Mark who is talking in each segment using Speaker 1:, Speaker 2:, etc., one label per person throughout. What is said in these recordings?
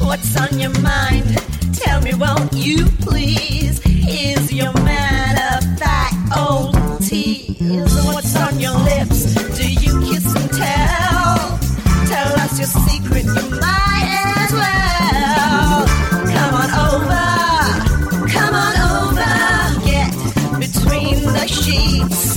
Speaker 1: What's on your mind? Tell me, won't you please? Is your man a fat old tease? What's on your lips? Do you kiss and tell? Tell us your secret, you might as well. Come on over, come on over, get between the sheets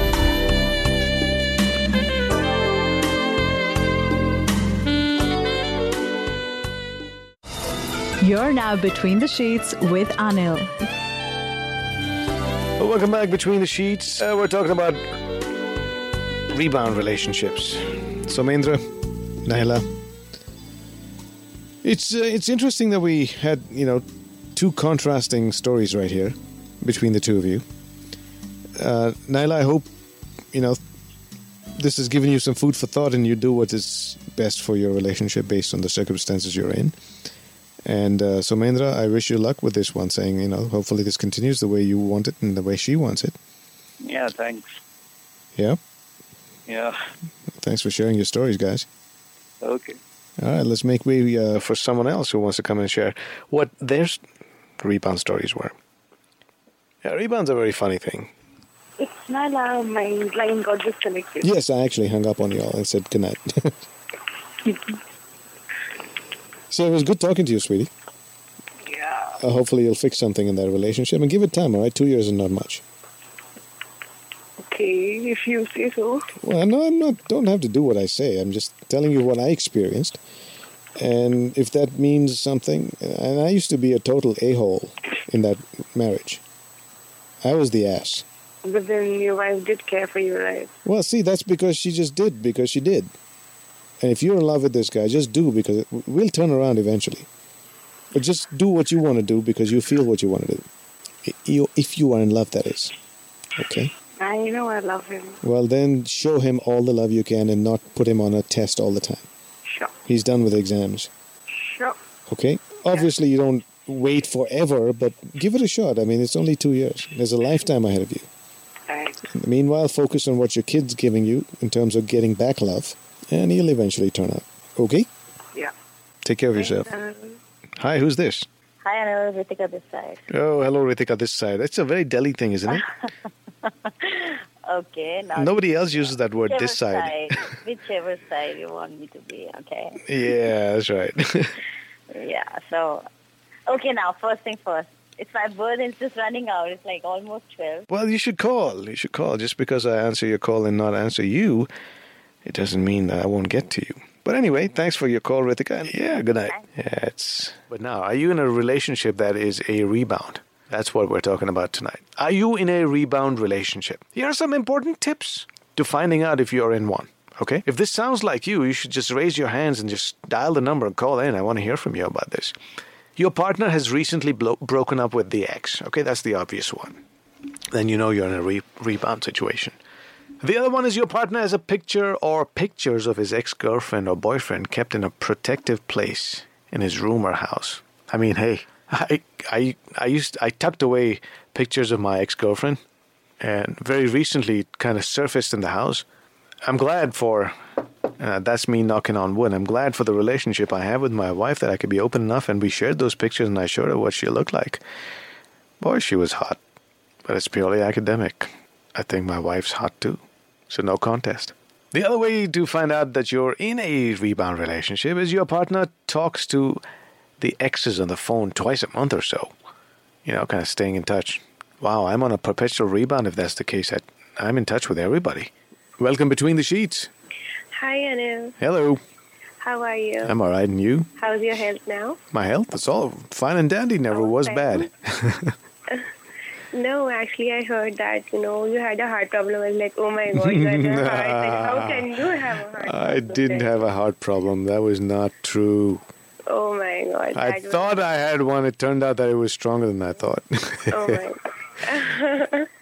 Speaker 2: You're now between the sheets with Anil.
Speaker 3: Welcome back, Between the Sheets. Uh, we're talking about rebound relationships. So, Mahendra, Naila, it's uh, it's interesting that we had you know two contrasting stories right here between the two of you. Uh, Naila, I hope you know this has given you some food for thought, and you do what is best for your relationship based on the circumstances you're in. And uh, so, Mahendra, I wish you luck with this one, saying, you know, hopefully this continues the way you want it and the way she wants it.
Speaker 4: Yeah, thanks.
Speaker 3: Yeah.
Speaker 4: Yeah,
Speaker 3: Thanks for sharing your stories, guys.
Speaker 4: okay.
Speaker 3: All right, let's make way uh, for someone else who wants to come and share what their s- rebound stories were. Yeah, rebounds are a very funny thing.
Speaker 5: It's Nala. My line got disconnected.
Speaker 3: Yes, I actually hung up on y'all and said goodnight. so it was good talking to you, sweetie.
Speaker 5: Yeah.
Speaker 3: Uh, hopefully, you'll fix something in that relationship and give it time, all right? Two years is not much.
Speaker 5: Okay, if you say so.
Speaker 3: Well, no, I'm not. Don't have to do what I say. I'm just telling you what I experienced, and if that means something. And I used to be a total a-hole in that marriage. I was the ass.
Speaker 5: But then your wife did care for you, right?
Speaker 3: Well, see, that's because she just did because she did. And if you're in love with this guy, just do because it- we'll turn around eventually. But just do what you want to do because you feel what you want to do. I- You, if you are in love, that is. Okay?
Speaker 5: I know I love him.
Speaker 3: Well, then show him all the love you can and not put him on a test all the time.
Speaker 5: Sure.
Speaker 3: He's done with exams.
Speaker 5: Sure.
Speaker 3: Okay? Obviously, you don't wait forever, but give it a shot. I mean, it's only two years, there's a lifetime ahead of you.
Speaker 5: Right.
Speaker 3: Meanwhile, focus on what your kid's giving you in terms of getting back love, and he'll eventually turn up. Okay?
Speaker 5: Yeah.
Speaker 3: Take care of yourself.
Speaker 5: Um,
Speaker 3: Hi, who's this?
Speaker 6: Hi, Anil. Ritika this side.
Speaker 3: Oh, hello, Ritika, this side. That's a very Delhi thing, isn't it?
Speaker 6: Okay.
Speaker 7: Uh,
Speaker 6: Now
Speaker 3: Nobody else uses that word,
Speaker 6: whichever
Speaker 3: this side.
Speaker 6: whichever side you want me to be. Okay.
Speaker 3: Yeah, that's right.
Speaker 6: Yeah. So, okay. Now, first thing first. It's my bird is just running out. It's like almost twelve.
Speaker 3: well, you should call. You should call. Just because I answer your call and not answer you, it doesn't mean that I won't get to you. But anyway, thanks for your call, Ritika. Yeah, good night. Yeah, it's... But now, are you in a relationship that is a rebound? That's what we're talking about tonight. Are you in a rebound relationship? Here are some important tips to finding out if you're in one. Okay? If this sounds like you, you should just raise your hands and just dial the number and call in. I want to hear from you about this. Your partner has recently blo- broken up with the ex. Okay, that's the obvious one. Then you know you're in a re- rebound situation. The other one is your partner has a picture or pictures of his ex girlfriend or boyfriend kept in a protective place in his room or house. I mean, hey, I, I, I used I tucked away pictures of my ex girlfriend, and very recently it kind of surfaced in the house. I'm glad for uh, that's me knocking on wood. I'm glad for the relationship I have with my wife that I could be open enough and we shared those pictures and I showed her what she looked like. Boy, she was hot but it's purely academic. I think my wife's hot too, so no contest. The other way to find out that you're in a rebound relationship is your partner talks to the exes on the phone twice a month or so. You know, kind of staying in touch. Wow, I'm on a perpetual rebound if that's the case. I, I'm in touch with everybody. Welcome between the sheets.
Speaker 5: Hi, Anil.
Speaker 3: Hello.
Speaker 5: How are you?
Speaker 3: I'm all right, and you?
Speaker 5: How's your health now?
Speaker 3: My health, it's all fine and dandy, never was bad.
Speaker 5: No, actually, I heard that you know you had a heart problem. I was like, oh my god, you had a heart. Like, how can you have a heart?
Speaker 3: I
Speaker 5: problem?
Speaker 3: didn't have a heart problem. That was not true.
Speaker 5: Oh my god.
Speaker 3: I
Speaker 5: that was-
Speaker 3: thought I had one. It turned out that it was stronger than I thought.
Speaker 5: Oh my. God.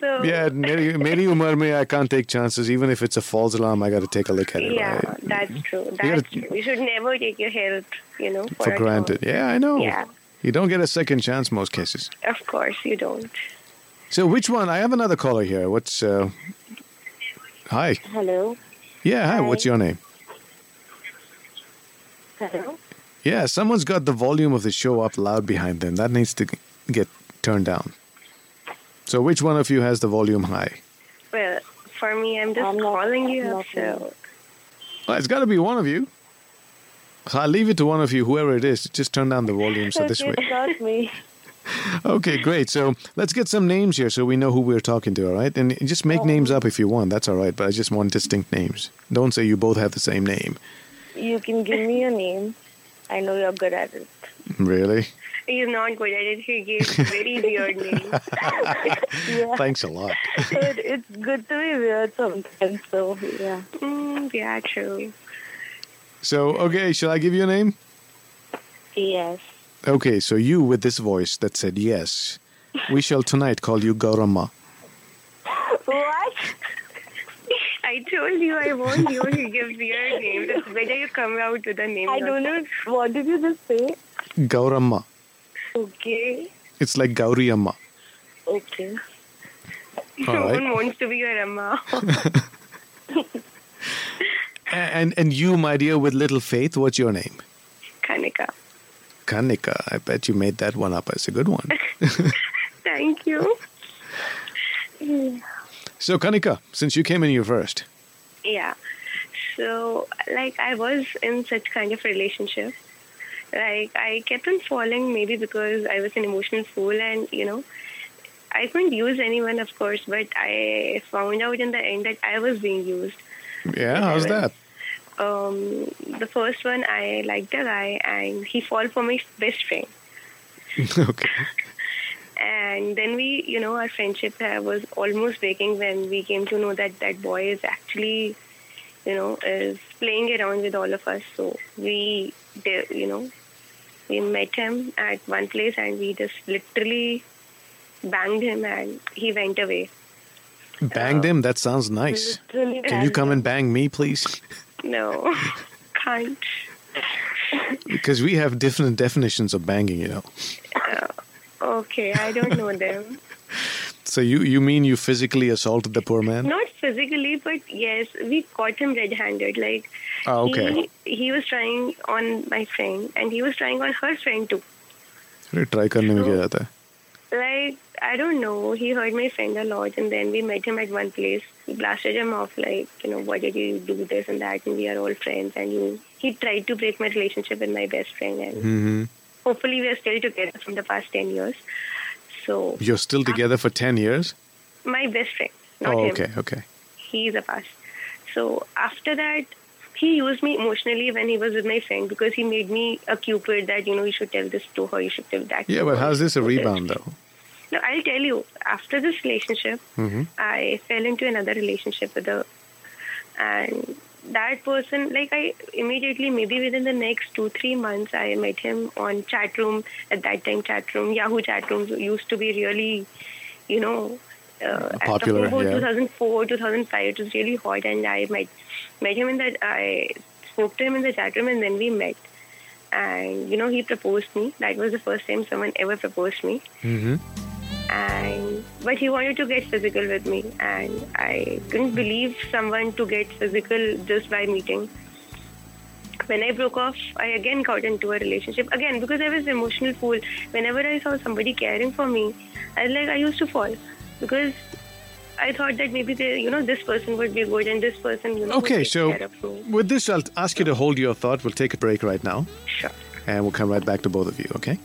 Speaker 5: so
Speaker 3: yeah, meri meri umar mein, I can't take chances. Even if it's a false alarm, I got to take a look at it.
Speaker 5: Yeah,
Speaker 3: right? Mm-hmm.
Speaker 5: that's true. That's
Speaker 3: gotta-
Speaker 5: true. You should never take your health, you know, for,
Speaker 3: For
Speaker 5: a
Speaker 3: granted. Yeah, I know.
Speaker 5: Yeah.
Speaker 3: You don't get a second chance most cases.
Speaker 5: job. Of course, you don't.
Speaker 3: So which one? I have another caller here. What's uh Hi.
Speaker 6: Hello.
Speaker 3: Yeah, hi. What's your name?
Speaker 6: Hello.
Speaker 3: Yeah, someone's got the volume of the show up loud behind them. That needs to get turned down. So which one of you has the volume high?
Speaker 5: Well, for me, I'm just
Speaker 6: I'm not-
Speaker 5: calling you
Speaker 6: I'm
Speaker 5: up.
Speaker 6: not really.
Speaker 5: So
Speaker 3: Well, it's got to be one of you. I'll leave it to one of you, whoever it is, to just turn down the volume so this way.
Speaker 6: Not me.
Speaker 3: Okay, great. So let's get some names here so we know who we're talking to, all right? And just make names up if you want. That's all right. But I just want distinct names. Don't say you both have the same name.
Speaker 6: You can give me your name. I know you're good at it.
Speaker 3: Really?
Speaker 5: he's not good at it. He gave very weird names.
Speaker 6: Yeah.
Speaker 3: Thanks a lot.
Speaker 6: it, it's good to be weird sometimes. So yeah.
Speaker 5: Mm, yeah, true.
Speaker 3: So, okay, shall I give you a name?
Speaker 6: Yes.
Speaker 3: Okay, so you with this voice that said yes, we shall tonight call you Gaurama.
Speaker 6: What?
Speaker 5: I told you I warned you. He gives weird names. It's better you come out with a name.
Speaker 6: I don't know. What did you just say?
Speaker 3: Gaurama.
Speaker 6: Okay.
Speaker 3: It's like Gauri Amma.
Speaker 6: Okay.
Speaker 3: All
Speaker 5: No
Speaker 3: right.
Speaker 5: one wants to be your Amma.
Speaker 3: A- And, and you, my dear, with little faith, what's your name?
Speaker 5: Kanika.
Speaker 3: Kanika. I bet you made that one up. It's a good one.
Speaker 5: Thank you.
Speaker 3: So, Kanika, since you came in here first,
Speaker 5: Yeah. So, like, I was in such kind of relationship. Like, I kept on falling maybe because I was an emotional fool and, you know, I couldn't use anyone, of course, but I found out in the end that I was being used.
Speaker 3: yeah, how's that?
Speaker 5: Um, the first one, I liked a guy and he fall for my best friend.
Speaker 3: okay.
Speaker 5: And then we, you know, our friendship uh, was almost breaking when we came to know that that boy is actually, you know, is playing around with all of us. So we, de- you know, we met him at one place and we just literally banged him and he went away. Um,
Speaker 3: Banged him? That sounds nice.
Speaker 6: Really
Speaker 3: Can you come and bang me, please?
Speaker 5: No, can't.
Speaker 3: Because we have different definitions of banging, you know.
Speaker 5: Okay, I don't know them.
Speaker 3: So you, you mean you physically assaulted the poor man?
Speaker 5: Not physically, but yes, we caught him red-handed. Like
Speaker 3: Oh, okay.
Speaker 5: he, he was trying on my friend and he was trying on her friend too.
Speaker 3: अरे, try करने में क्या जाता है?
Speaker 5: like I don't know. He hurt my friend a lot, and then we met him at one place. He blasted him off like, you know, why did you do this and that? And we are all friends. And you, he tried to break my relationship with my best friend, and
Speaker 3: Mm-hmm.
Speaker 5: hopefully we are still together from the past ten years. So
Speaker 3: You're still together for 10 years?
Speaker 5: my best friend, not
Speaker 3: Oh,
Speaker 5: him.
Speaker 3: okay, okay.
Speaker 5: He is a past. So after that. He used me emotionally when he was with my friend because he made me a cupid that you know you should tell this to her, you should tell that.
Speaker 3: Yeah,
Speaker 5: to
Speaker 3: but
Speaker 5: her,
Speaker 3: how's this a
Speaker 5: you should do
Speaker 3: rebound, though?
Speaker 5: No, I'll tell you. After this relationship,
Speaker 3: Mm-hmm.
Speaker 5: I fell into another relationship with a, and that person, like I immediately, maybe within the next two three months, I met him on chat room. At that time, chat room, Yahoo chat rooms used to be really, you know, uh,
Speaker 3: Popular,
Speaker 5: About
Speaker 3: yeah.
Speaker 5: 2004, 2005, it was really hot, and I met met him in that. I spoke to him in the chat room, and then we met. And you know, he proposed me. That was the first time someone ever proposed me
Speaker 3: Mm-hmm.
Speaker 5: and but he wanted to get physical with me and i couldn't believe someone to get physical just by meeting when i broke off i again got into a relationship again because i was an emotional fool whenever i saw somebody caring for me i was like i used to fall because i thought that maybe they, you know this person would be good and this person you know would
Speaker 3: Okay,
Speaker 5: take
Speaker 3: so
Speaker 5: care of me.
Speaker 3: with this, I'll ask you to hold your thought. We'll take a break right now,
Speaker 5: sure
Speaker 3: and we'll come right back to both of you, okay?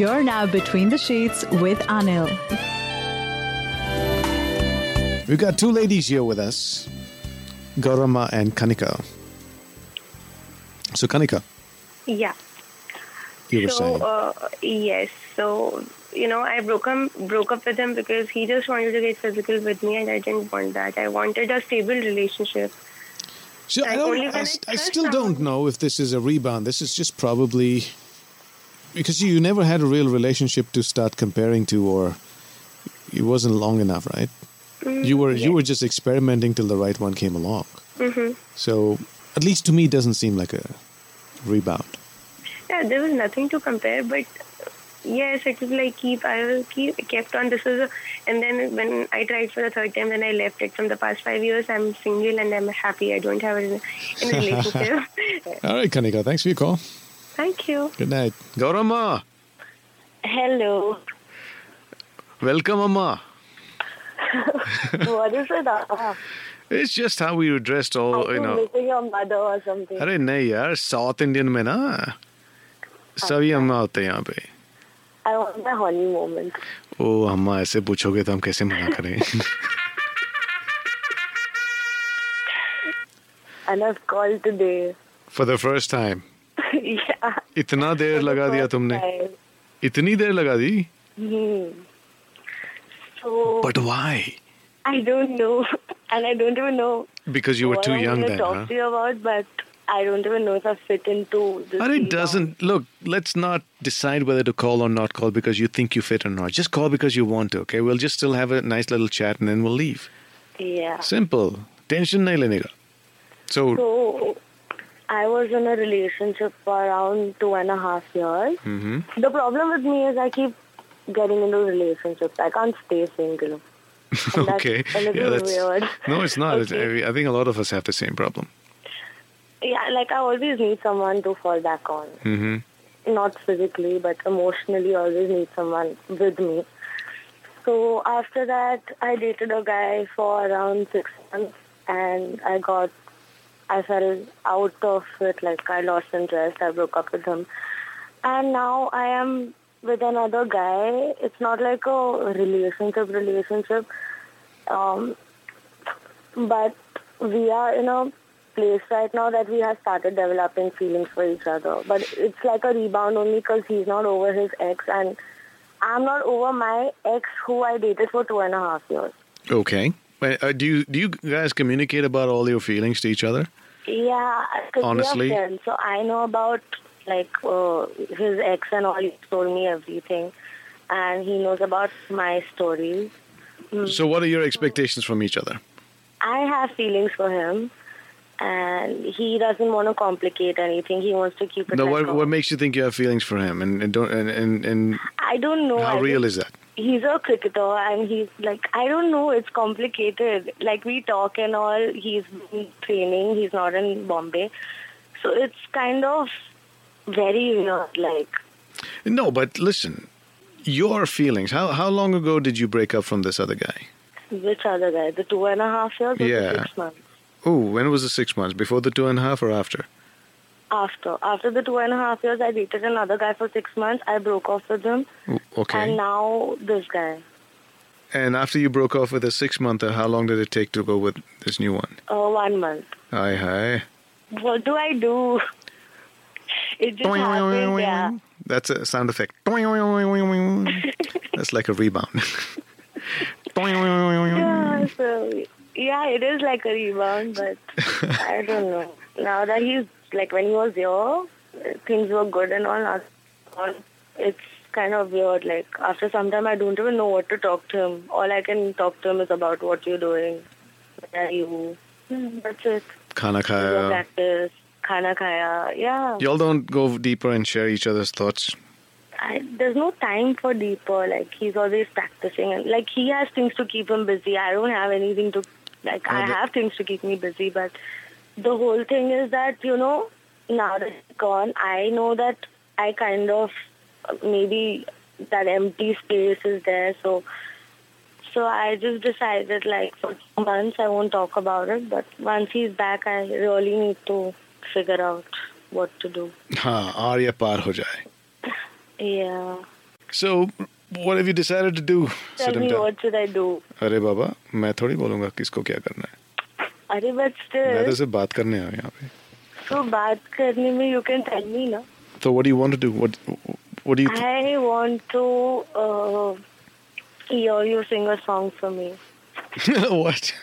Speaker 2: You're now between the sheets with Anil.
Speaker 3: We've got two ladies here with us, Gaurama and Kanika. So, Kanika,
Speaker 5: yeah
Speaker 3: You were
Speaker 5: so
Speaker 3: saying.
Speaker 5: uh, yes, so you know, I broke up broke up with him because he just wanted to get physical with me, and I didn't want that. I wanted a stable relationship.
Speaker 3: So I
Speaker 5: Like,
Speaker 3: don't.
Speaker 5: only
Speaker 3: I,
Speaker 5: when
Speaker 3: s-
Speaker 5: it
Speaker 3: I
Speaker 5: does
Speaker 3: still
Speaker 5: happen.
Speaker 3: don't know if this is a rebound. This is just probably because you never had a real relationship to start comparing to, or it wasn't long enough, right?
Speaker 5: Mm,
Speaker 3: you were you were just experimenting till the right one came along.
Speaker 5: Mm-hmm.
Speaker 3: So at least to me, it doesn't seem like a rebound.
Speaker 5: Yeah, there was nothing to compare, but yes, it was like keep I will keep kept on. This is, a, and then when I tried for the third time, then I left it. From the past five years, I'm single and I'm happy. I don't have a, a relationship.
Speaker 3: All right, Kanika, thanks for your call.
Speaker 5: Thank you.
Speaker 3: Good night. Go Amma.
Speaker 7: Hello.
Speaker 3: Welcome, Amma.
Speaker 7: what is it?
Speaker 6: Ah,
Speaker 7: Uh,
Speaker 3: It's just how we were dressed
Speaker 7: oh,
Speaker 3: all, you know.
Speaker 7: missing your mother or something.
Speaker 3: अरे नहीं यार south Indian में ना सभी अम्मा होते हैं यहाँ पे
Speaker 7: I want my honey moment.
Speaker 3: ओ अम्मा ऐसे पूछोगे तो हम कैसे मना करें
Speaker 7: And I've called today.
Speaker 3: For the first time
Speaker 7: yeah.
Speaker 3: इतना देर लगा दिया तुमने
Speaker 7: Time.
Speaker 3: इतनी देर लगा दी
Speaker 7: Hmm. So
Speaker 3: but why
Speaker 7: I don't know, and I don't even know
Speaker 3: because you were
Speaker 7: what
Speaker 3: to
Speaker 7: I'm
Speaker 3: young
Speaker 7: gonna
Speaker 3: then
Speaker 7: talk to you about, but I don't even know if I fit into this.
Speaker 3: But it
Speaker 7: field now.
Speaker 3: doesn't. Look, let's not decide whether to call or not call because you think you fit or not. Just call because you want to. Okay, we'll just still have a nice little chat and then we'll leave.
Speaker 7: Yeah.
Speaker 3: Simple. Tension nahi lene ka. So,
Speaker 7: So I was in a relationship for around two and a half years.
Speaker 3: Mhm.
Speaker 7: The problem with me is I keep getting into relationships. I can't stay single. And that's
Speaker 3: okay.
Speaker 7: a little weird.
Speaker 3: No, it's not. It's-
Speaker 7: Okay.
Speaker 3: I think a lot of us have the same problem.
Speaker 7: Yeah, like I always need someone to fall back on.
Speaker 3: hmm
Speaker 7: Not physically, but emotionally, I always need someone with me. So after that, I dated a guy for around six months, and I got, I fell out of it. Like I lost interest. I broke up with him, and now I am with another guy. It's not like a relationship, relationship, um, but we are in a place right now that we have started developing feelings for each other. But it's like a rebound only because he's not over his ex and. I'm not over my ex who I dated for two and a half years.
Speaker 3: Okay. But, uh, do you do you guys communicate about all your feelings to each other?
Speaker 7: Mm-hmm. Yeah, 'cause
Speaker 3: Honestly?
Speaker 7: we are friends, so I know about like uh, his ex and all. He told me everything, and he knows about my stories.
Speaker 3: So, what are your expectations from each other?
Speaker 7: I have feelings for him, and he doesn't want to complicate anything. He wants to keep it.
Speaker 3: No,
Speaker 7: like
Speaker 3: what
Speaker 7: a-
Speaker 3: what makes you think you have feelings for him, and and don't, and, and, and
Speaker 7: I don't know.
Speaker 3: how
Speaker 7: I
Speaker 3: real
Speaker 7: just-
Speaker 3: is that?
Speaker 7: he's a cricketer and he's like I don't know, it's complicated. Like we talk and all, he's been training, he's not in Bombay. So it's kind of very weird, like
Speaker 3: No, but listen, your feelings. How how long ago did you break up from this other guy?
Speaker 7: which other guy? The two and a half years or the
Speaker 3: Yeah.
Speaker 7: six months?
Speaker 3: Oh, when was the six months? Before the two and a half or after?
Speaker 7: After. After the two and a half years I dated another guy for six months, I broke off with him
Speaker 3: O- Okay.
Speaker 7: and now this guy.
Speaker 3: And after you broke off with a six monther, how long did it take to go with this new one?
Speaker 7: Uh, one month.
Speaker 3: Aye, aye.
Speaker 7: What do I do? It just happened, yeah.
Speaker 3: That's a sound effect. That's like a rebound.
Speaker 7: Yeah, so yeah, it is like a rebound, but I don't know. Now that he's like when he was here, things were good and all. now- all- It's kind of weird. Like after some time, I don't even know what to talk to him. All I can talk to him is about what you're doing, where are you. That's it.
Speaker 3: Khana
Speaker 7: Yoga
Speaker 3: khaya.
Speaker 7: practice, khana khaya. Yeah,
Speaker 3: Y'all don't go deeper and share each other's thoughts.
Speaker 7: I, there's no time for deeper. Like he's always practicing, and like he has things to keep him busy. I don't have anything to, like I
Speaker 3: Yeah, but-
Speaker 7: have things to keep me busy. But the whole thing is that you know, now that he's gone, I know that I kind of uh, maybe that empty space is there. So, so I just decided like for two months I won't talk about it. But once he's back, I really need to figure out what to do.
Speaker 3: Ha, Arya par ho jaye.
Speaker 7: Yeah.
Speaker 3: So, what have you decided to do?
Speaker 7: Tell me what should I do?
Speaker 3: अरे बाबा मैं थोड़ी बोलूंगा किसको क्या करना है
Speaker 7: अरे but
Speaker 3: मैं तो
Speaker 7: still,
Speaker 3: सिर्फ बात करने आया हूँ यहाँ पे
Speaker 7: so बात करने में you can tell me ना
Speaker 3: So what do you want to do? What what do you? Th-
Speaker 7: I want to uh, hear you sing a song for me.
Speaker 3: what?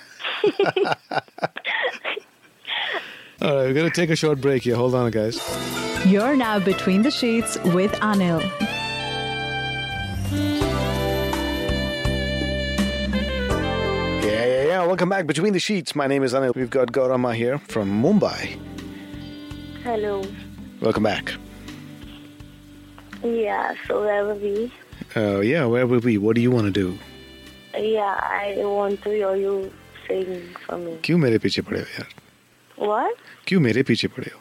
Speaker 3: All right, we're gonna take a short break here. Hold on, guys.
Speaker 2: You're now between the sheets with Anil.
Speaker 3: Yeah, yeah, yeah. Welcome back, Between the Sheets. My name is Anil. We've got Gaurama here from Mumbai.
Speaker 7: Hello.
Speaker 3: Welcome back.
Speaker 7: Yeah, so where were we?
Speaker 3: Uh, yeah, where were we? What do you want to do?
Speaker 7: Yeah, I want to hear you sing for me.
Speaker 3: क्यों मेरे पीछे पड़े हो यार?
Speaker 7: What?
Speaker 3: क्यों मेरे पीछे पड़े हो?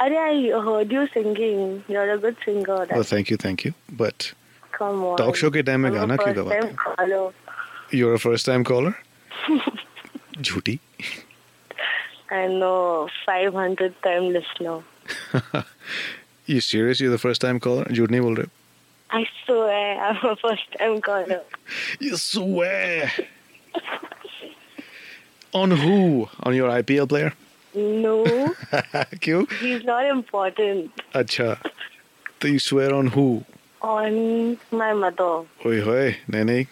Speaker 7: Are I heard you singing. You're a good singer.
Speaker 3: Well, thank you, thank you. But
Speaker 7: Come on.
Speaker 3: talk show के time में गाना क्यों गवाते हैं?
Speaker 7: Hello.
Speaker 3: You're a first time caller? झूठी
Speaker 7: I know 500 uh, time listener.
Speaker 3: You serious? You're the first time caller? झूठ नहीं बोल रहे हो?
Speaker 7: I swear I'm a first time caller.
Speaker 3: You swear! On who? On your IPL player?
Speaker 7: No,
Speaker 3: क्यों?
Speaker 7: he's not important.
Speaker 3: अच्छा तो you swear on who?
Speaker 7: On my mother.
Speaker 3: Oi, hoy, nene.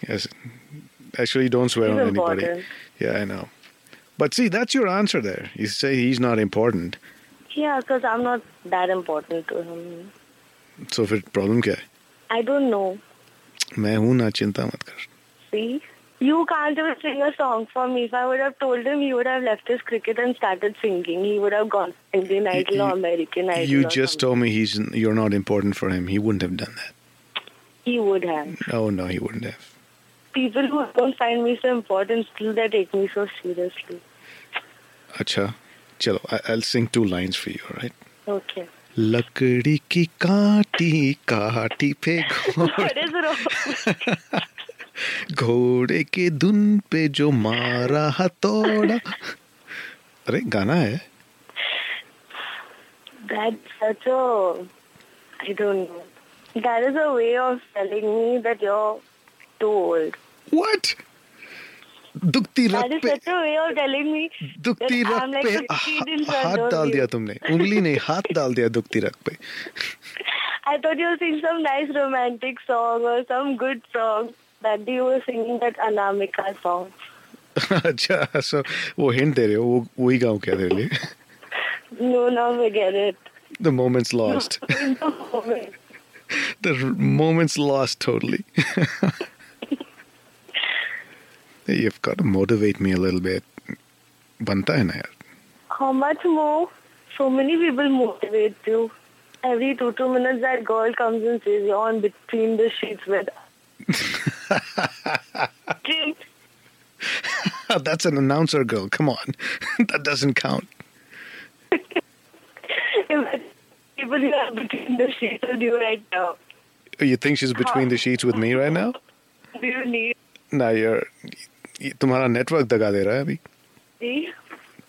Speaker 3: Actually, you don't swear
Speaker 7: He's
Speaker 3: on anybody.
Speaker 7: important.
Speaker 3: Yeah, I know. But see, that's your answer there. You say he's not important.
Speaker 7: Yeah, 'cause I'm not that important to him.
Speaker 3: So फिर problem क्या है?
Speaker 7: I don't know.
Speaker 3: मैं हूँ ना चिंता मत कर.
Speaker 7: See? You can't even sing a song for me. If I would have told him, he would have left his cricket and started singing. He would have gone Indian Idol
Speaker 3: you-
Speaker 7: or American Idol.
Speaker 3: you
Speaker 7: or
Speaker 3: just
Speaker 7: something.
Speaker 3: told me he's you're not important for him. He wouldn't have done that.
Speaker 7: He would have.
Speaker 3: Oh no, he wouldn't have.
Speaker 7: People who don't find me so important still they take me so seriously.
Speaker 3: अच्छा चलो I, I'll sing two lines for you, all right?
Speaker 7: Okay.
Speaker 3: लकड़ी की काटी काटी पे घो-
Speaker 7: What is wrong?
Speaker 3: घोड़े के धुन पे जो मारा हथौड़ा अरे गाना है
Speaker 7: That's such a. I don't know. That is a way of telling me that you're too old.
Speaker 3: What? दुखती
Speaker 7: That
Speaker 3: रग
Speaker 7: is
Speaker 3: पे
Speaker 7: such a way of telling me.
Speaker 3: दुखती
Speaker 7: that I'm
Speaker 3: रग
Speaker 7: like
Speaker 3: पे
Speaker 7: 15
Speaker 3: हा-
Speaker 7: in front
Speaker 3: हाथ
Speaker 7: of
Speaker 3: डाल
Speaker 7: you.
Speaker 3: दिया तुमने उंगली नहीं हाथ डाल दिया दुखती रग पे
Speaker 7: I thought you were singing some nice romantic song or some good song. That you were singing that Anamika song.
Speaker 3: अच्छा सो वो हिंट दे रहे हो वो वही गाऊं क्या तेरे लिए
Speaker 7: No, now forget it.
Speaker 3: The moments lost
Speaker 7: In the moment.
Speaker 3: the moment's lost totally. You've got to motivate me a little bit. बनता है ना यार
Speaker 7: How much more? So many people motivate you. Every two two minutes, that girl comes and says you're on between the sheets with. Jim,
Speaker 3: That's an announcer girl. Come on, that doesn't count.
Speaker 7: people who are between the sheets with you right now.
Speaker 3: You think she's between the sheets with me right now?
Speaker 7: Do you need
Speaker 3: Nah, you're. ये तुम्हारा network दगा दे रहा है अभी
Speaker 7: me?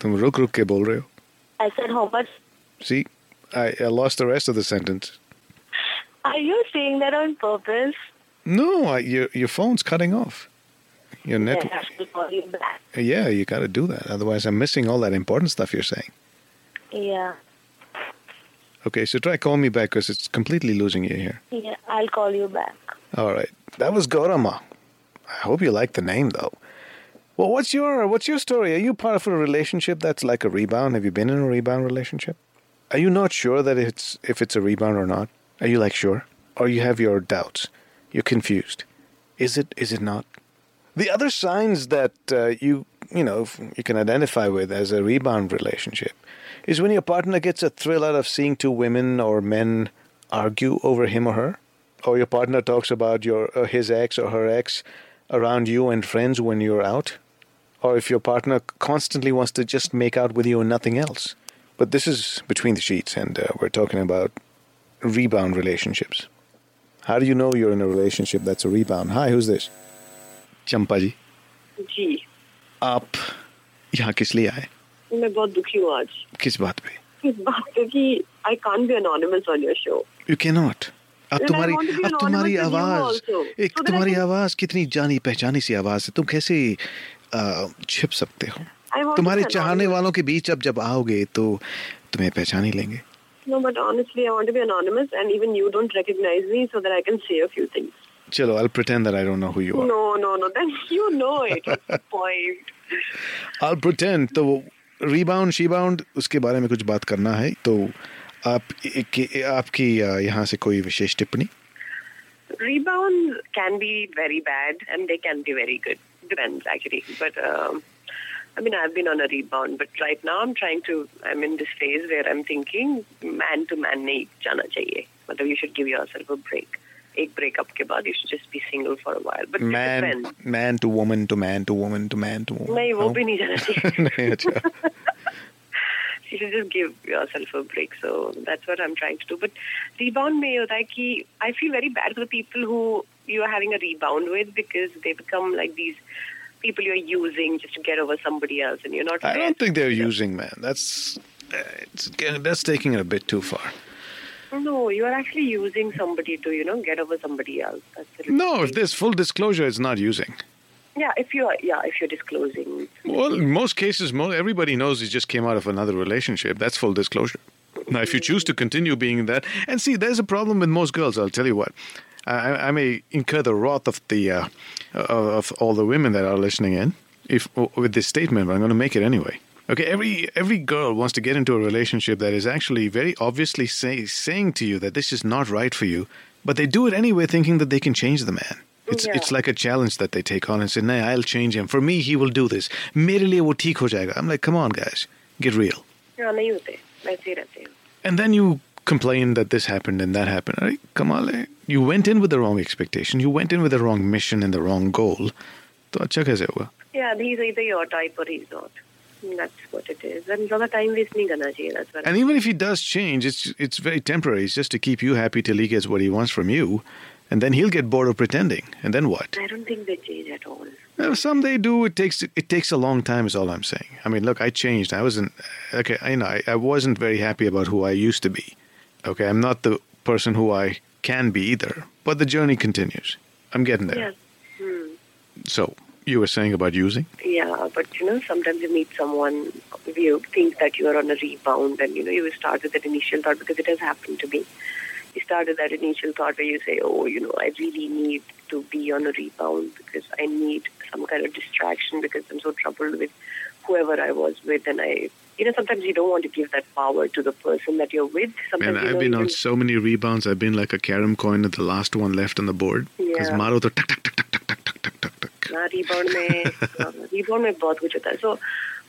Speaker 3: तुम रुक रुक के बोल रहे हो
Speaker 7: I said, how much?
Speaker 3: See, I, I lost the rest of the sentence.
Speaker 7: Are you saying that on purpose?
Speaker 3: No, I, your your phone's cutting off. Your
Speaker 7: Then I
Speaker 3: network.
Speaker 7: have to call you back.
Speaker 3: Yeah, you got to do that. Otherwise, I'm missing all that important stuff you're saying.
Speaker 7: Yeah,
Speaker 3: Okay, so try call me back because it's completely losing you here.
Speaker 7: yeah, I'll call you back.
Speaker 3: All right, that was Gorama. I hope you like the name though. Well, what's your what's your story? Are you part of a relationship that's like a rebound? Have you been in a rebound relationship? Are you not sure that it's if it's a rebound or not? Are you like sure, or you have your doubts? You're confused. Is it? Is it not? The other signs that uh, you you know f- you can identify with as a rebound relationship is when your partner gets a thrill out of seeing two women or men argue over him or her, or your partner talks about your uh, his ex or her ex around you and friends when you're out, or if your partner constantly wants to just make out with you and nothing else. But this is between the sheets, and uh, we're talking about rebound relationships. How do you know you're in a relationship that's a rebound? Hi, who's this? चंपा जी
Speaker 8: जी
Speaker 3: आप यहाँ किस लिए आए
Speaker 8: मैं बहुत दुखी हूँ आज
Speaker 3: किस बात पे
Speaker 8: इस बात पे कि I can be anonymous on your show
Speaker 3: you can not अब
Speaker 8: And I
Speaker 3: तुम्हारी
Speaker 8: want to be
Speaker 3: अब तुम्हारी
Speaker 8: anonymous with you
Speaker 3: आवाज
Speaker 8: also,
Speaker 3: एक
Speaker 8: so that I
Speaker 3: तुम्हारी
Speaker 8: can-
Speaker 3: आवाज कितनी जानी पहचानी सी आवाज है तुम कैसे अ, छिप सकते हो
Speaker 8: आई
Speaker 3: तुम्हारे चाहने वालों के बीच अब जब आओगे तो तुम्हें पहचान ही लेंगे
Speaker 7: No, but honestly, I want to be anonymous, and even you don't recognize me so that I can say a few things.
Speaker 3: Chilo, I'll pretend that I don't know who you are.
Speaker 7: No, no, no. Then you know it. What's the point?
Speaker 3: I'll pretend. तो rebound shebound उसके बारे में कुछ बात करना है तो आप एक- आपकी अ, यहाँ से कोई विशेष टिप्पणी
Speaker 7: Rebounds can be very bad, and they can be very good. Depends actually. But um, I mean, I've been on a rebound, but right now I'm trying to. I'm in this phase where I'm thinking man to man नहीं जाना चाहिए. मतलब you should give yourself a break. एक breakup के बाद you should just be single for a while. But it
Speaker 3: man
Speaker 7: depends.
Speaker 3: Man to woman to man to woman to man to woman
Speaker 7: नहीं वो भी नहीं जाना चाहिए.
Speaker 3: नहीं अच्छा
Speaker 7: you should just give yourself a break. So that's what I'm trying to do. But rebound may hota hai ki I feel very bad for the people who you are having a rebound with because they become like these people you're using just to get over somebody else and you're not
Speaker 3: I
Speaker 7: there.
Speaker 3: don't think they're using man. That's uh, it's, that's taking it a bit too far.
Speaker 7: No, you are actually using somebody to, you know, get over somebody else. That's the
Speaker 3: No, if
Speaker 7: thing.
Speaker 3: there's full disclosure, it's not using.
Speaker 7: Yeah, if you are yeah, if you're disclosing.
Speaker 3: Well, in most cases, mo everybody knows he just came out of another relationship. That's full disclosure. Now, if you choose to continue being in that, and see, there's a problem with most girls. I'll tell you what. I, I I may incur the wrath of the uh, of of all the women that are listening in if with this statement, but I'm going to make it anyway. Okay, every every girl wants to get into a relationship that is actually very obviously say, saying to you that this is not right for you, but they do it anyway, thinking that they can change the man. It's
Speaker 7: Yeah.
Speaker 3: it's like a challenge that they take on and say, "Nah, I'll change him. For me, he will do this. मेरे लिए वो ठीक हो जाएगा." I'm like, "Come on, guys, get real."
Speaker 7: Yeah, nahi hote. वैसे ही रहते हैं.
Speaker 3: And then you complain that this happened and that happened. Arey, कमाल है. You went in with the wrong expectation. You went in with the wrong mission and the wrong goal. तो अच्छा कैसे होगा?
Speaker 7: Yeah, he's either your type or he's not. That's what it is. And ज़्यादा time waste नहीं करना चाहिए. That's what
Speaker 3: And even if he does change, it's it's very temporary. It's just to keep you happy till he gets what he wants from you, and then he'll get bored of pretending. And then what?
Speaker 7: I don't think they change at all.
Speaker 3: Well, some they do. It takes it takes a long time. Is all I'm saying. I mean, look, I changed. I wasn't okay. I, you know, I, I wasn't very happy about who I used to be. Okay, I'm not the person who I can be either. But the journey continues. I'm getting there.
Speaker 7: Yeah. Hmm.
Speaker 3: So you were saying about using?
Speaker 7: Yeah, but you know, sometimes you meet someone, you think that you are on a rebound, and you know, you start with that initial thought because it has happened to me. You start with that initial thought where you say, oh, you know, I really need to be on a rebound because I need some kind of distraction because I'm so troubled with whoever I was with. And I, you know, sometimes you don't want to give that power to the person that you're with. Sometimes
Speaker 3: Man,
Speaker 7: you
Speaker 3: I've
Speaker 7: know,
Speaker 3: been
Speaker 7: you
Speaker 3: on
Speaker 7: can-
Speaker 3: so many rebounds. I've been like a carom coin at the last one left on the board. Because
Speaker 7: Yeah.
Speaker 3: Maro तो tuck tuck tuck tuck tuck tuck tuck tuck tuck.
Speaker 7: ना rebound में rebound में बहुत कुछ होता है so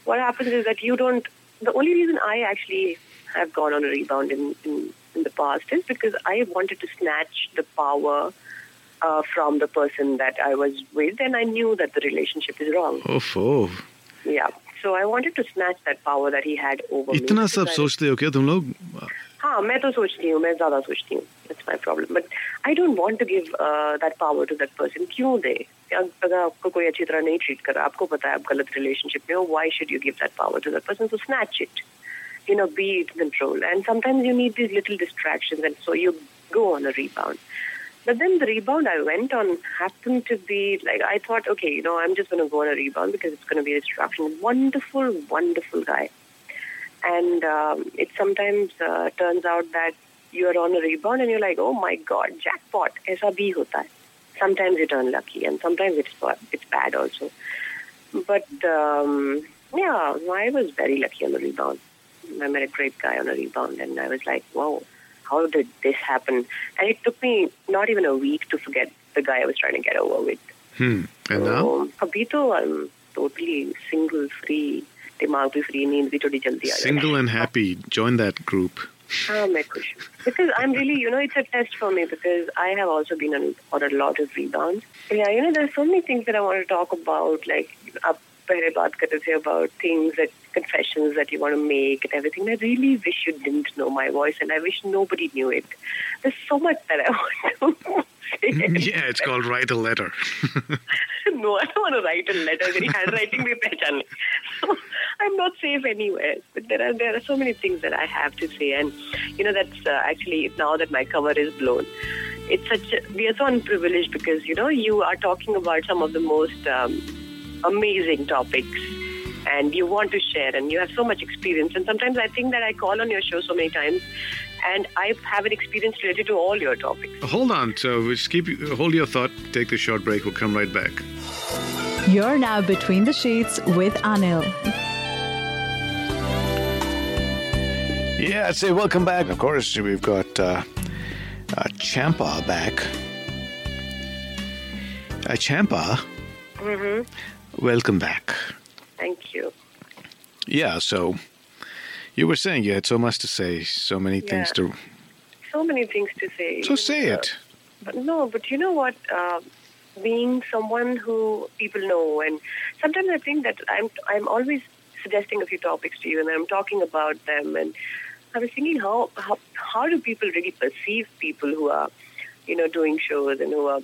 Speaker 7: what happens is that you don't the only reason I actually have gone on a rebound in in, in the past is because I wanted to snatch the power uh, from the person that I was with and I knew that the relationship is wrong
Speaker 3: Oof, oh.
Speaker 7: yeah so I wanted to snatch that power that he had over me
Speaker 3: इतना सब
Speaker 7: because I-
Speaker 3: सोचते हो क्या तुम लोग?
Speaker 7: हाँ मैं तो सोचती हूँ मैं ज्यादा सोचती हूँ it's my problem but I don't want to give that power to that person क्यों दे अग- अगर आपको कोई अच्छी तरह नहीं ट्रीट कर रहा आपको पता है आप गलत रिलेशनशिप में हो why should you give that power to that person so snatch it you know, be in control. And sometimes you need these little distractions, and so you go on a rebound. But then the rebound I went on happened to be like, I thought, okay, you know, I'm just going to go on a rebound because it's going to be a distraction. Wonderful, wonderful guy. And um, it sometimes uh, turns out that you're on a rebound and you're like, oh my God, jackpot, aisa bhi hota hai. Sometimes you turn lucky and sometimes it's, ba- it's bad also. But um, yeah, I was very lucky on the rebound. I met a great guy on a rebound, and I was like, "Wow, how did this happen?" And it took me not even a week to forget the guy I was trying to get over with.
Speaker 3: Hmm. And now?
Speaker 7: So, अभी तो I'm totally single, free, दिमाग भी free, नींद भी थोड़ी जल्दी आ जाती है।
Speaker 3: Single and happy. Join that group.
Speaker 7: हाँ मैं खुश हूँ because I'm really you know it's a test for me because I have also been on, on a lot of rebounds yeah you know there's so many things that I want to talk about like आप पहले बात कर रहे थे about things that confessions that you want to make and everything I really wish you didn't know my voice and I wish nobody knew it there's so much that I want to say
Speaker 3: yeah, it's called write a letter.
Speaker 7: no, I don't want to write a letter. मेरी handwriting भी पहचान ले. So I'm not safe anywhere. But there are there are so many things that I have to say, and you know that's uh, actually now that my cover is blown. It's such a, we are so unprivileged because you know you are talking about some of the most um, amazing topics and you want to share and you have so much experience. And sometimes I think that I call on your show so many times and I have an experience related to all your topics.
Speaker 3: Hold on. So we just keep hold your thought. Take this short break. We'll come right back.
Speaker 2: You're now between the sheets with Anil.
Speaker 3: Yeah, I'd say welcome back. Of course, we've got uh, uh, Champa back. Uh, Champa, welcome back.
Speaker 7: Thank you.
Speaker 3: Yeah, so you were saying you had so much to say, so many things to.
Speaker 7: So many things to say.
Speaker 3: So say it.
Speaker 7: But no, but you know what? Uh, being someone who people know, and sometimes I think that I'm I'm always suggesting a few topics to you, and I'm talking about them, and I was thinking how how, how do people really perceive people who are, you know, doing shows and who are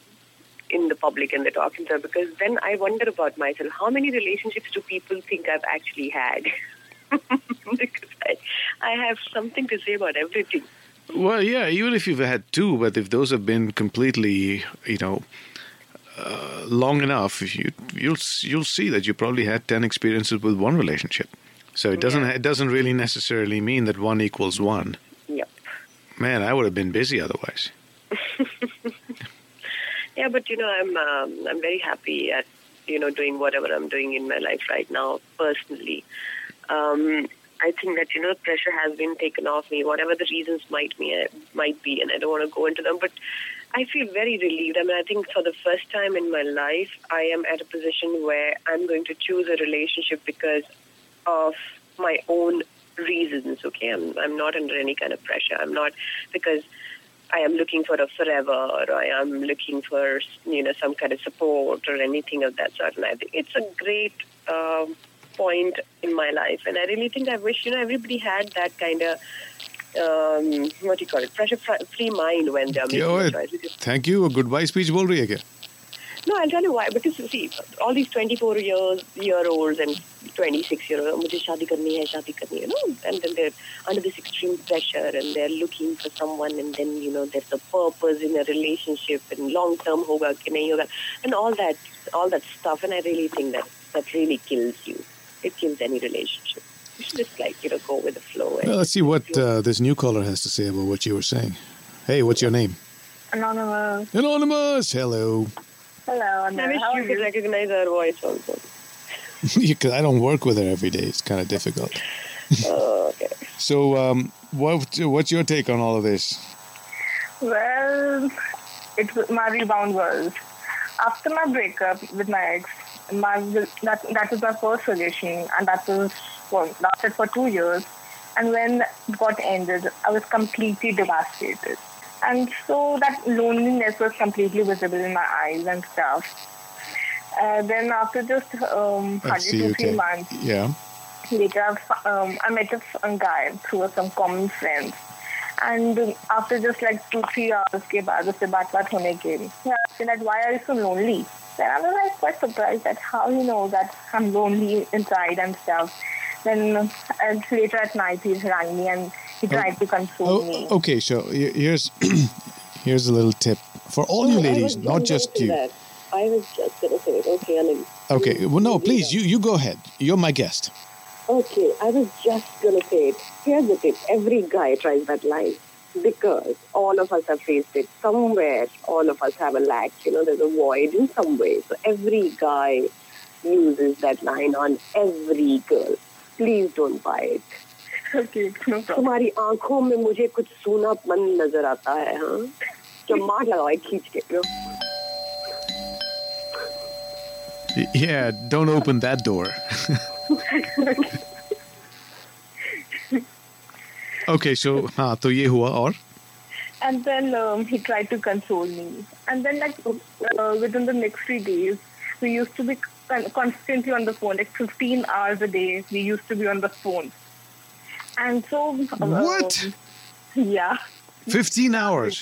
Speaker 7: in the public and they're talking to them because then I wonder about myself how many relationships do people think I've actually had because I, I have something to say about everything
Speaker 3: Well, yeah, even if you've had two, but if those have been completely, you know, uh, long enough, you you'll you'll see that you probably had ten experiences with one relationship. So it doesn't it doesn't really necessarily mean that one equals one.
Speaker 7: yep
Speaker 3: Man, I would have been busy otherwise.
Speaker 7: Yeah, but you know, I'm um, I'm very happy at you know doing whatever I'm doing in my life right now personally. Um, I think that you know pressure has been taken off me, whatever the reasons might be, might be, and I don't want to go into them. But I feel very relieved. I mean, I think for the first time in my life, I am at a position where I'm going to choose a relationship because of my own reasons. Okay, I'm I'm not under any kind of pressure. I'm not because I am looking for a forever, or I am looking for you know some kind of support or anything of that sort. And I think it's a great um, point in my life, and I really think I wish you know everybody had that kind of um, what do you call it, pressure fr- free mind when they're making
Speaker 3: Yo,
Speaker 7: a
Speaker 3: it-
Speaker 7: choice. Because-
Speaker 3: thank you. Goodbye speech bol rahi hai kya?
Speaker 7: No, I'll tell you why. Because you see, all these 24 years year olds and 26 year olds, मुझे शादी करनी है, शादी करनी है, you know, and then they're under this extreme pressure and they're looking for someone and then you know there's a purpose in a relationship and long term होगा कि नहीं होगा and all that all that stuff and I really think that that really kills you. It kills any relationship. You should just like you know go with the flow. And
Speaker 3: Well, let's see what uh, this new caller has to say about what you were saying. Hey, what's your name?
Speaker 5: Anonymous.
Speaker 3: Anonymous. Hello.
Speaker 5: Hello,
Speaker 3: Uh,
Speaker 7: I
Speaker 5: Anil.
Speaker 7: wish
Speaker 5: How are
Speaker 7: you could
Speaker 5: you?
Speaker 7: recognize her voice also.
Speaker 3: You can- I don't work with her every day. It's kind of difficult.
Speaker 7: Oh, okay.
Speaker 3: So, um, what what's your take on all of this?
Speaker 5: Well, it was my rebound was after my breakup with my ex. My that that was my first relation, and that was well, lasted for two years. And when it got ended, I was completely devastated, and so that loneliness was completely visible in my eyes and stuff. Uh, then after just um,
Speaker 3: I
Speaker 5: hardly two three
Speaker 3: okay.
Speaker 5: months,
Speaker 3: Yeah.
Speaker 5: later, I f- um, I met a f- a guy through some common friends. And um, after just like two, three hours के बाद उससे बात बात होने के he asked me that why are you so lonely? Then I was like quite surprised that how he know that I'm lonely inside and stuff. Then uh, and later at night he rang me and he tried to console me.
Speaker 3: Oh, okay. So he- here's here's a little tip for all you ladies, not just you.
Speaker 7: I was just gonna say, okay,
Speaker 3: Okay. Well, no, please, you you go ahead. You're my guest.
Speaker 7: Okay, I was just gonna say it. Here's the thing: every guy tries that line because all of us have faced it somewhere. All of us have a lack. You know, there's a void in some way. So every guy uses that line on every girl. Please don't buy it.
Speaker 5: Okay, no problem.
Speaker 7: तुम्हारी आंखों में मुझे कुछ सूनापन नजर आता है हाँ चमाट लगाओ एक खींच के you know?
Speaker 3: Yeah. Don't open that door. okay. So, हाँ, तो ये हुआ और
Speaker 5: And then um, he tried to console me. And then, like, uh, within the next three days, we used to be con- constantly on the phone, like 15 hours a day, we used to be on the phone. And so. um,
Speaker 3: What?
Speaker 5: Yeah.
Speaker 3: fifteen hours.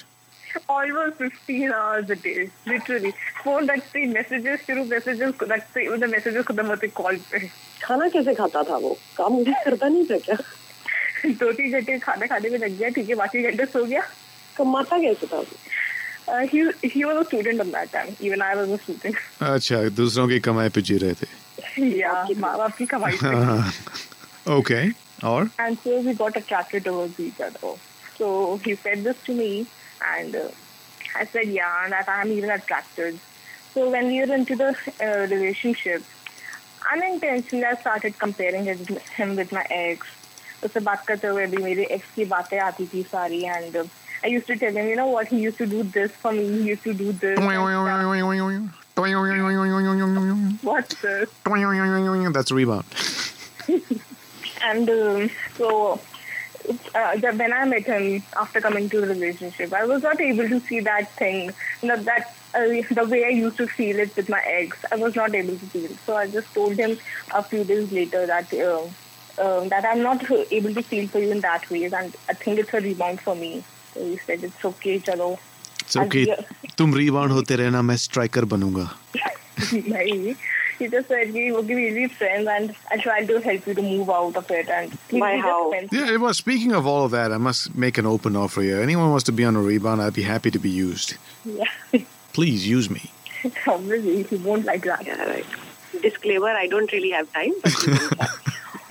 Speaker 5: Almost 15 hours a day, literally. Phone रखते messages शुरू messages रखते मतलब messages खत्म होते call पे
Speaker 7: खाना कैसे खाता था वो काम करता नहीं था क्या
Speaker 5: दो तीन घंटे खाना खाने में लग गया ठीक है बाकी घंटे सो गया
Speaker 7: कमाता कैसे था वो
Speaker 5: uh, he he was a student on that time even I was a student
Speaker 3: अच्छा दूसरों की कमाई पे जी रहे थे
Speaker 7: yeah, माँ बाप की कमाई से
Speaker 3: Okay. Or?
Speaker 7: And so we got attracted towards each other. So he said this to me, and uh, I said, yeah, and that I'm even attracted. So when we were into the uh, relationship, unintentionally I started comparing his, him with my ex. उससे बात करते हुए भी मेरे x की बातें आती थी सारी uh, and I use to tell him you know what he use to do this for me he use to do this what this
Speaker 3: That's a rebound.
Speaker 7: And um, so, uh, the- when I met him after coming to the relationship, I was not able to see that thing, you know, that uh, the way I used to feel it with my ex. I was not able to feel. So I just told him a few days later that. Uh, um, that I'm not able to feel for you in that way, and I think it's a rebound for me. So he said, "It's okay, chalo."
Speaker 3: It's okay. तुम rebound होते रहना मैं striker बनूंगा.
Speaker 7: Nahi. he just said, "We will be really friends, and I tried to help you to move out of it." And he,
Speaker 9: By
Speaker 7: he just
Speaker 9: how?
Speaker 7: went-
Speaker 3: Yeah, well, speaking of all of that, I must make an open offer here. Anyone wants to be on a rebound, I'd be happy to be used.
Speaker 7: Yeah.
Speaker 3: Please use me.
Speaker 7: Obviously, he won't like that.
Speaker 9: Yeah, right. Disclaimer: I don't really have time, but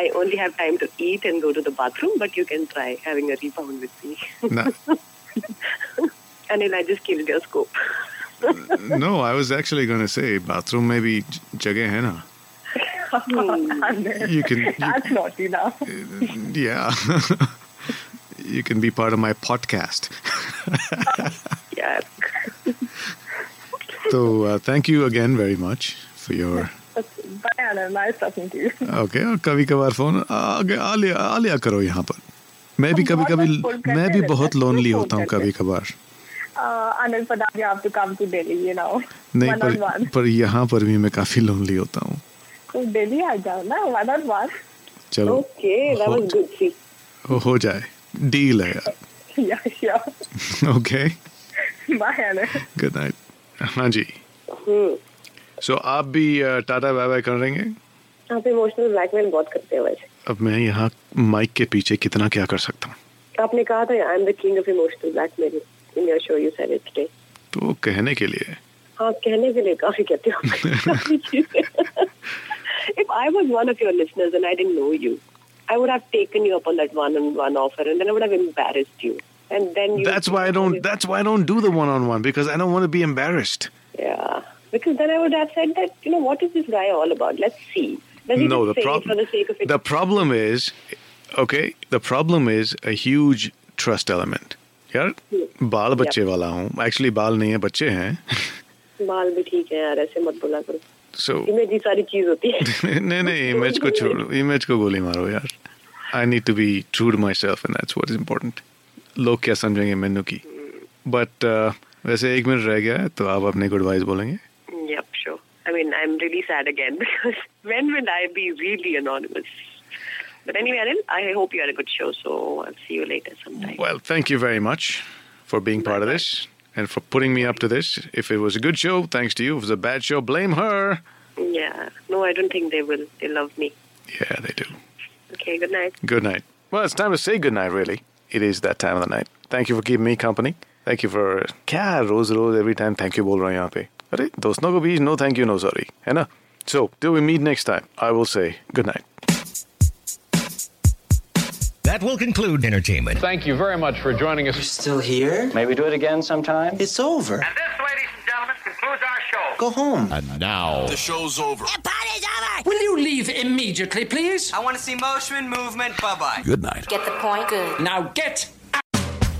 Speaker 9: I only have time to eat and go to the bathroom. But you can try having a rebound with me.
Speaker 3: no,
Speaker 9: Anil, I just killed your scope.
Speaker 3: no, I was actually going to say bathroom maybe j- jagah hai na.
Speaker 9: hmm.
Speaker 3: You can, you,
Speaker 7: That's not enough.
Speaker 3: yeah, you can be part of my podcast.
Speaker 9: Yeah,
Speaker 3: So uh, thank you again very much for your.
Speaker 7: Okay, Bye, Anna. Nice talking to you.
Speaker 3: Okay, uh, और कभी कभार phone Alia करो यहाँ पर मैं भी
Speaker 7: हम
Speaker 3: कभी कभी
Speaker 7: बहुत बार phone करते
Speaker 3: मैं भी
Speaker 7: रहते
Speaker 3: बहुत
Speaker 7: हैं,
Speaker 3: लोनली
Speaker 7: phone
Speaker 3: होता हूँ
Speaker 7: करते
Speaker 3: कभी
Speaker 7: हैं।
Speaker 3: कभार
Speaker 7: Uh, Anil, Padav, you have to come to Delhi, you know.
Speaker 3: नहीं
Speaker 7: one on
Speaker 3: पर
Speaker 7: one.
Speaker 3: पर यहाँ पर भी मैं काफी लोनली होता हूँ
Speaker 7: So, Delhi, I don't know. One on one.
Speaker 3: चलो
Speaker 9: Okay, that was good. See,
Speaker 3: हो- हो जाए डील है यार
Speaker 7: Yeah, sure.
Speaker 3: Okay
Speaker 7: Bye, Anil.
Speaker 3: Good night हाँ जी
Speaker 9: Hmm.
Speaker 3: सो आप भी uh, टाटा बाय बाय कर लेंगे
Speaker 9: आप इमोशनल ब्लैकमेल बहुत करते हैं वैसे
Speaker 3: अब मैं यहाँ माइक के पीछे कितना क्या कर सकता हूँ
Speaker 9: आपने कहा था I am the king of emotional blackmail in your show you said it today
Speaker 3: तो वो कहने के लिए
Speaker 9: हाँ कहने के लिए काफी कहते हो काफी चीजें। If I was one of your listeners and I didn't know you, I would have taken you up on that one-on-one offer and then I would have embarrassed you. And then you.
Speaker 3: that's why I don't that's why I don't do the one on one because I don't want to be embarrassed
Speaker 9: Yeah, because then I would have said that you know what is this guy all about? Let's see. Does he
Speaker 3: no the
Speaker 9: just say it for
Speaker 3: problem
Speaker 9: the sake of it?
Speaker 3: the problem is okay the problem is a huge trust element यार बाल बच्चे वाला हूँ actually बाल नहीं है बच्चे हैं
Speaker 9: माल भी ठीक है यार ऐसे मत बोला करो
Speaker 3: सो
Speaker 9: इमेज ही सारी चीज होती है
Speaker 3: नहीं नहीं इमेज को छोड़ो इमेज को गोली मारो यार I need to be true to myself and that's what is important लोग क्या समझेंगे मेनू की बट uh, वैसे एक मिनट रह गया है तो आप अपने गुड वाइज बोलेंगे
Speaker 9: Mm, Yep, sure. I mean, I'm really sad again because when will I be really anonymous? But anyway, Anil, I hope you had a good show, so I'll see you later sometime.
Speaker 3: Well, thank you very much for being part of this and for putting me up to this. If it was a good show, thanks to you. If it was a bad show, blame her.
Speaker 9: Yeah. No, I don't think they will. They love me.
Speaker 3: Yeah, they do.
Speaker 9: Okay, good night.
Speaker 3: Good night. Well, it's time to say good night, really. It is that time of the night. Thank you for keeping me company. Thank you for क्या रोज रोज every time thank you बोल रहा हूँ यहाँ पे अरे दोस्तों को भी no thank you no sorry है ना so till we meet next time I will say good night
Speaker 10: That will conclude entertainment.
Speaker 11: Thank you very much for joining us.
Speaker 1: Still here?
Speaker 4: Maybe do it again sometime.
Speaker 1: It's over.
Speaker 11: And this, ladies and gentlemen, concludes our show.
Speaker 1: Go home.
Speaker 10: And now,
Speaker 1: Will you leave immediately, please?
Speaker 12: I want to see motion, movement, bye bye.
Speaker 10: good night.
Speaker 13: Get the point. Good.
Speaker 1: Now get